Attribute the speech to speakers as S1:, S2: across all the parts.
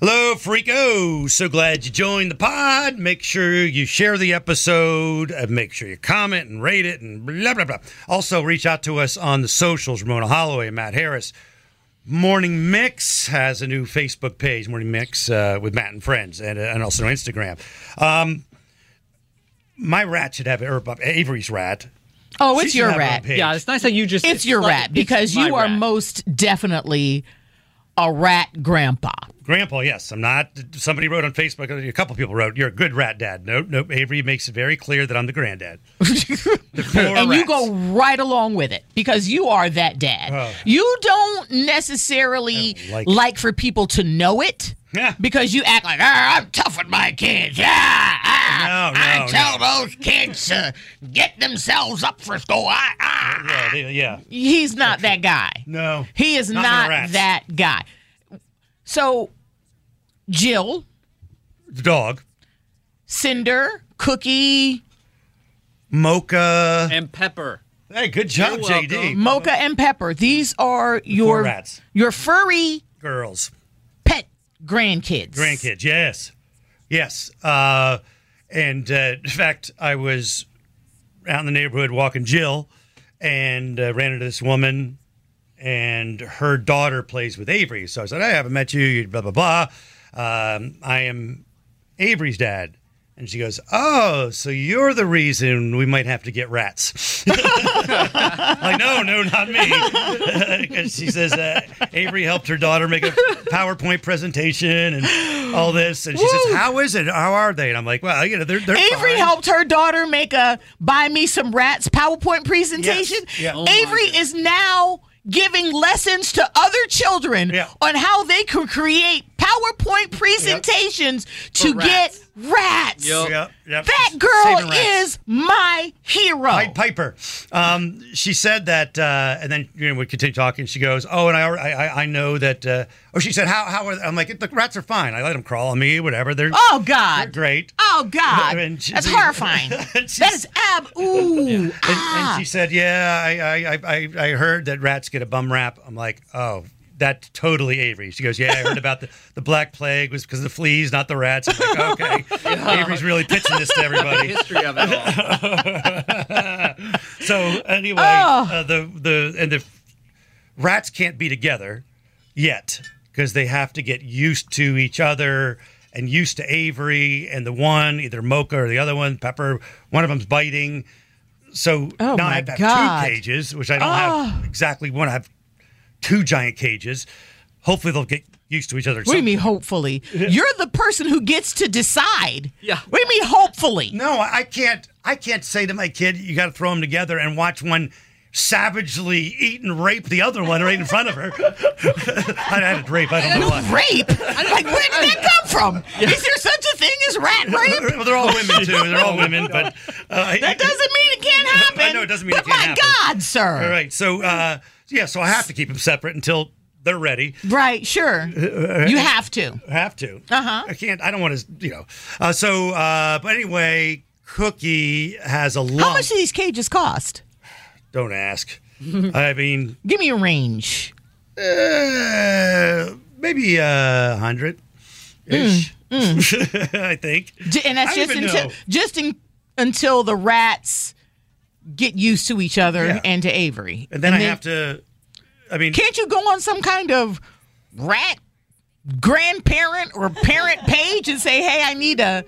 S1: Hello, Freako. So glad you joined the pod. Make sure you share the episode. Uh, make sure you comment and rate it and blah, blah, blah. Also, reach out to us on the socials Ramona Holloway and Matt Harris. Morning Mix has a new Facebook page, Morning Mix uh, with Matt and Friends, and, uh, and also on Instagram. Um, my rat should have, or Avery's rat.
S2: Oh,
S1: She
S2: it's
S1: should
S2: your
S1: have her own
S2: rat.
S1: page.
S3: Yeah, it's nice that you just.
S2: It's your
S3: like-
S2: rat
S3: it's
S2: because
S3: my
S2: you are
S3: rat.
S2: most definitely a rat grandpa.
S1: Grandpa, yes, I'm not. Somebody wrote on Facebook. A couple people wrote, "You're a good rat dad." No, no. Avery makes it very clear that I'm the granddad. The four
S2: and you
S1: rats.
S2: go right along with it because you are that dad.
S1: Oh.
S2: You don't necessarily
S1: I don't like
S2: like,
S1: it.
S2: for people to know it
S1: Yeah.
S2: because you act like "Ah, I'm tough with my kids. Yeah, ah,
S1: No, no,
S2: I tell those kids to get themselves up for school. Ah, ah, ah."
S1: Yeah, they- yeah.
S2: He's not that guy.
S1: No,
S2: He is
S1: Not my
S2: not,
S1: rats.
S2: that guy. So, Jill,
S1: the dog,
S2: Cinder, Cookie,
S1: Mocha.
S3: And pepper.
S1: Hey, good job,
S3: You're
S1: JD.
S3: welcome.
S2: Mocha, and Pepper. These are your
S1: rats.
S2: your furry
S1: Girls,
S2: pet grandkids.
S1: grandkids, yes, yes. Uh, and uh, in fact, I was out in the neighborhood walking Jill, and uh, ran into this woman, and her daughter plays with Avery. So I said, "Hey, I haven't met you." you Blah blah blah. Um, I am Avery's dad. And she goes, Oh, so you're the reason we might have to get rats. like, no, no, not me. 'Cause she says uh, Avery helped her daughter make a PowerPoint presentation and all this. And she says, How is it? How are they? And I'm like, Well, you know, they're, they're
S2: Avery
S1: fine."
S2: helped her daughter make a buy me some rats PowerPoint presentation.
S1: Yes. Yeah. Oh my
S2: Avery is now giving lessons to other children
S1: Yeah.
S2: on how they can create PowerPoint presentations to
S3: For rats.
S2: get rats.
S3: Yup.
S1: Yep, yep.
S2: That
S1: Saving
S2: girl
S1: rats.
S2: is my hero.
S1: Pied Piper. Um, she said that, uh, and then you know we continue talking. She goes, "Oh, and I, alre- I, I- I know that." Uh, oh, she said, "How, how are?" They? I'm like, "The rats are fine. I let them crawl on me, whatever. They're
S2: Oh
S1: they're
S2: God.
S1: great."
S2: Oh God.
S1: And she-
S2: That's horrifying.
S1: And she-
S2: that is ab ooh.
S1: And,
S2: ah.
S1: and she said, "Yeah, I, I, I, I I heard that rats get a bum rap." I'm like, "Oh." That's totally Avery. She goes, "Yeah, I heard about the, the Black Plague was because of the fleas, not the rats." I'm like, "Okay, Avery's really pitching this to everybody."
S3: History of it all.
S1: So anyway,
S2: Oh.
S1: uh, the the and the rats can't be together yet because they have to get used to each other and used to Avery and the one either Mocha or the other one Pepper. One of them's biting. So
S2: Oh,
S1: now I
S2: my
S1: have, to have
S2: God. Ah.
S1: two cages, which I don't have exactly one. I have two giant cages. Hopefully they'll get used to each other.
S2: What do you mean, hopefully? You're the person who gets to decide.
S3: Yeah.
S2: What do you mean, hopefully?
S1: No, I can't. I can't say to my kid, "You got to throw them together and watch one savagely eat and rape the other one right in front of her." I added rape. I don't know why.
S2: Rape? Like, where did that come from? Is there such a thing as rat rape?
S1: Well, they're all women too. They're all women, but uh,
S2: That doesn't mean it can't happen.
S1: I know it doesn't mean it
S2: but
S1: can't
S2: my
S1: happen.
S2: God, sir.
S1: All right. So uh, yeah, so I have to keep them separate until they're ready.
S2: Right, sure.
S1: Uh,
S2: You have to.
S1: I have to.
S2: Uh-huh.
S1: I can't. I don't want to. You know. Uh, so, uh, but anyway, Cookie has a lump.
S2: How much do these cages cost?
S1: don't ask. I mean,
S2: Give me a range.
S1: Uh, maybe a hundred ish.
S2: Mm,
S1: I think.
S2: J- And
S1: I
S2: that's
S1: don't
S2: just
S1: even
S2: until,
S1: know.
S2: just in, until the rats get used to each other
S1: Yeah.
S2: and to Avery.
S1: And then I have to. I mean,
S2: Can't you go on some kind of rat grandparent or parent page and say, "Hey, I need a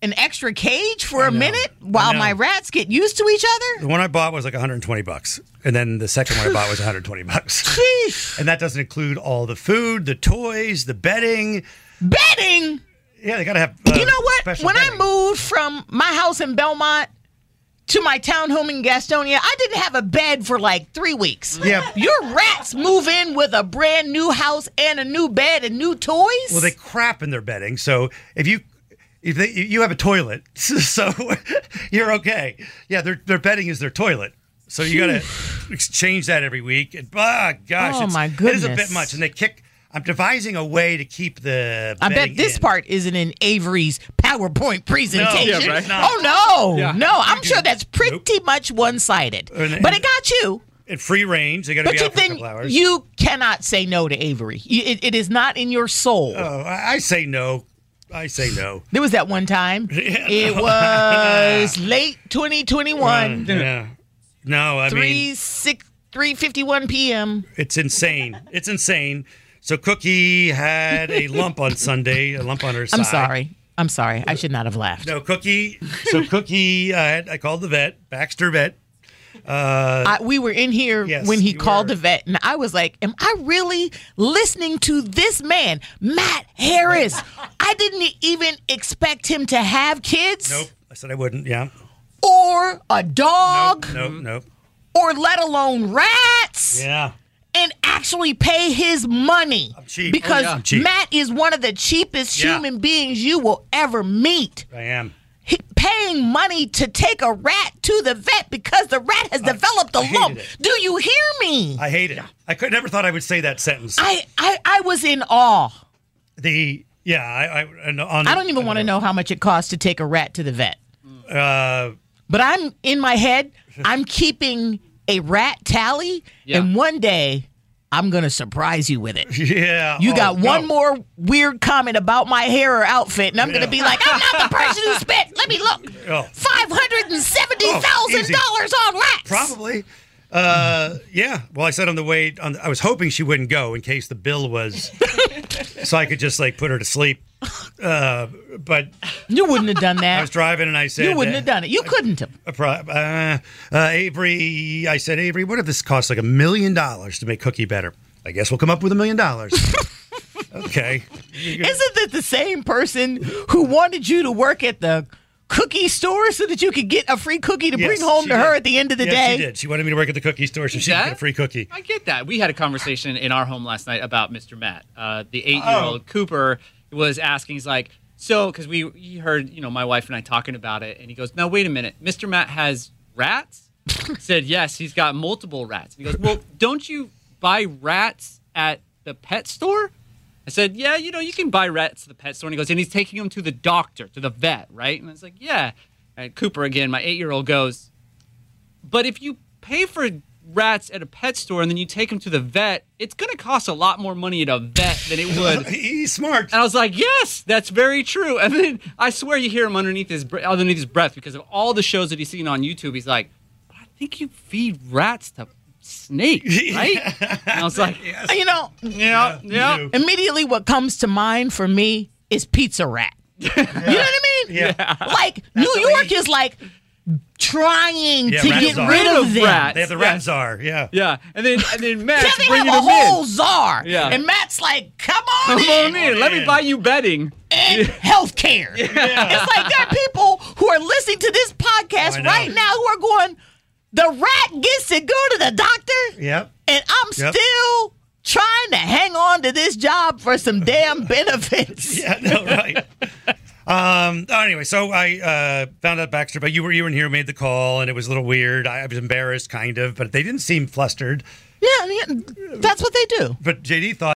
S2: an extra cage for a minute
S1: I
S2: while
S1: know.
S2: my rats get used to each
S1: the
S2: other?"
S1: one I bought was like 120 bucks, and then the second one I bought was 120 bucks,
S2: Sheesh.
S1: and that doesn't include all the food, the toys, the bedding.
S2: Betting.
S1: Yeah, they gotta have. uh,
S2: You know what?
S1: special
S2: When I
S1: bedding.
S2: moved from my house in Belmont to my town home in Gastonia, I didn't have a bed for like three weeks.
S1: Yeah.
S2: Your rats move in with a brand new house and a new bed and new toys.
S1: Well, they crap in their bedding, so if you if they, you have a toilet, so you're okay. Yeah, their their bedding is their toilet, so you got to exchange that every week. And ah, gosh,
S2: Oh,
S1: it's-
S2: my
S1: it is a bit
S2: goodness.
S1: much. And they kick. I'm devising a way to keep the.
S2: I
S1: bedding
S2: bet this
S1: in.
S2: part isn't in Avery's PowerPoint presentation.
S1: Yeah, right.
S2: Oh no,
S3: Yeah.
S2: no! I'm sure that's pretty much one-sided.
S1: And-
S2: but
S1: and-
S2: it got you.
S1: And free range. They got to
S2: But
S1: be
S2: you
S1: out for a couple
S2: think
S1: hours.
S2: you cannot say no to Avery. You, it, it is not in your soul.
S1: Oh, I, I say no. I say no.
S2: There was that one time. It was late
S1: Mm.
S2: 2021,
S1: Yeah. No, I mean.
S2: three six three fifty one p.m.
S1: It's insane. It's insane. So Cookie had a lump on Sunday, a lump on her side.
S2: I'm sorry. I'm sorry. I should not have laughed.
S1: No, Cookie. So Cookie, I, had, I called the vet, Baxter Vet.
S2: I, we were in here
S1: Yes,
S2: when he
S1: you
S2: called
S1: were.
S2: the vet, and I was like, "Am I really listening to this man, Matt Harris? I didn't even expect him to have kids,
S1: Nope. I said I wouldn't. Yeah.
S2: or a dog,
S1: Nope. Nope.
S2: or let alone rats."
S1: Yeah.
S2: and actually pay his money.
S1: cheap.
S2: Because
S1: Oh, yeah. I'm cheap.
S2: Matt is one of the cheapest
S1: Yeah.
S2: human beings you will ever meet.
S1: I am.
S2: He, paying money to take a rat to the vet because the rat has developed a
S1: hated
S2: lump.
S1: it.
S2: Do you hear me?
S1: I hate it. I could never thought I would say that sentence.
S2: I, I, I was in awe.
S1: the yeah. I I, and on,
S2: I don't even want to know how much it costs to take a rat to the vet.
S1: Uh,
S2: But I'm in my head, I'm keeping a rat tally,
S3: Yeah.
S2: and one day I'm going to surprise you with it.
S1: yeah.
S2: You
S1: Oh,
S2: got one
S1: no.
S2: more weird comment about my hair or outfit, and I'm going to be like, I'm not the person who spent, let me look,
S1: Oh.
S2: $570,000 on rats.
S1: Probably. Uh, yeah. Well, I said on the way, on I was hoping she wouldn't go in case the bill was, so I could just like put her to sleep. Uh, but
S2: You wouldn't have done
S1: I was
S2: that.
S1: driving and I said,
S2: You wouldn't have
S1: uh,
S2: done it. You couldn't have.
S1: a pro- uh, uh, Avery, I said, Avery, what if this costs like a million dollars to make Cookie better? I guess we'll come up with a million dollars. Okay.
S2: Isn't that the same person who wanted you to work at the cookie store so that you could get a free cookie to
S1: Yes,
S2: bring home
S1: she
S2: to her
S1: did.
S2: at the end of the
S1: yes,
S2: day?
S1: She did. She wanted me to work at the cookie store, so she could
S3: That-
S1: get a free cookie.
S3: I get that. We had a conversation in our home last night about Mr. Matt. Uh, the eight-year-old
S1: Oh.
S3: Cooper was asking, he's like, so because we he heard you know my wife and I talking about it, and he goes, now wait a minute, Mr. Matt has rats. I said yes, he's got multiple rats. And he goes, well, don't you buy rats at the pet store? I said, yeah, you know, you can buy rats at the pet store. And he goes, and he's taking them to the doctor, to the vet, right? And I was like, yeah. And Cooper again, my eight-year-old goes, but if you pay for rats at a pet store and then you take them to the vet, it's going to cost a lot more money at a vet than it would. And
S1: He's smart.
S3: I was like, "Yes, that's very true." And then I swear you hear him underneath his br- underneath his breath because of all the shows that he's seen on YouTube. He's like, "But "I think you feed rats to snakes, right?" And I was like, "Yeah,
S2: You know,
S3: yeah."
S1: you do.
S2: immediately what comes to mind for me is pizza rat. You know what I mean?
S1: Yeah.
S2: Like New York is like trying
S1: Yeah,
S2: to
S1: rat
S2: get
S1: czar.
S2: rid of
S3: Rid
S2: them.
S3: of rat.
S1: They have the
S3: Yeah.
S1: rat czar. Yeah.
S3: Yeah, and then and then Matt's
S2: Then they have
S3: bringing
S2: a
S3: them
S2: whole
S3: in.
S2: czar.
S3: Yeah.
S2: And Matt's like, come on
S3: Come on
S2: in.
S3: in. Let me buy you bedding.
S2: And health care. It's like there are people who are listening to this
S1: Oh, I
S2: podcast
S1: know.
S2: right now who are going, the rat gets to go to the doctor.
S1: Yep.
S2: And I'm
S1: Yep.
S2: still trying to hang on to this job for some damn benefits.
S1: Yeah, no, right. Um. oh, Anyway, so I uh, found out Baxter, but you were you were in here, made the call, and it was a little weird. I, I was embarrassed, kind of, but they didn't seem flustered.
S2: Yeah, I mean, that's what they do.
S1: But JD thought.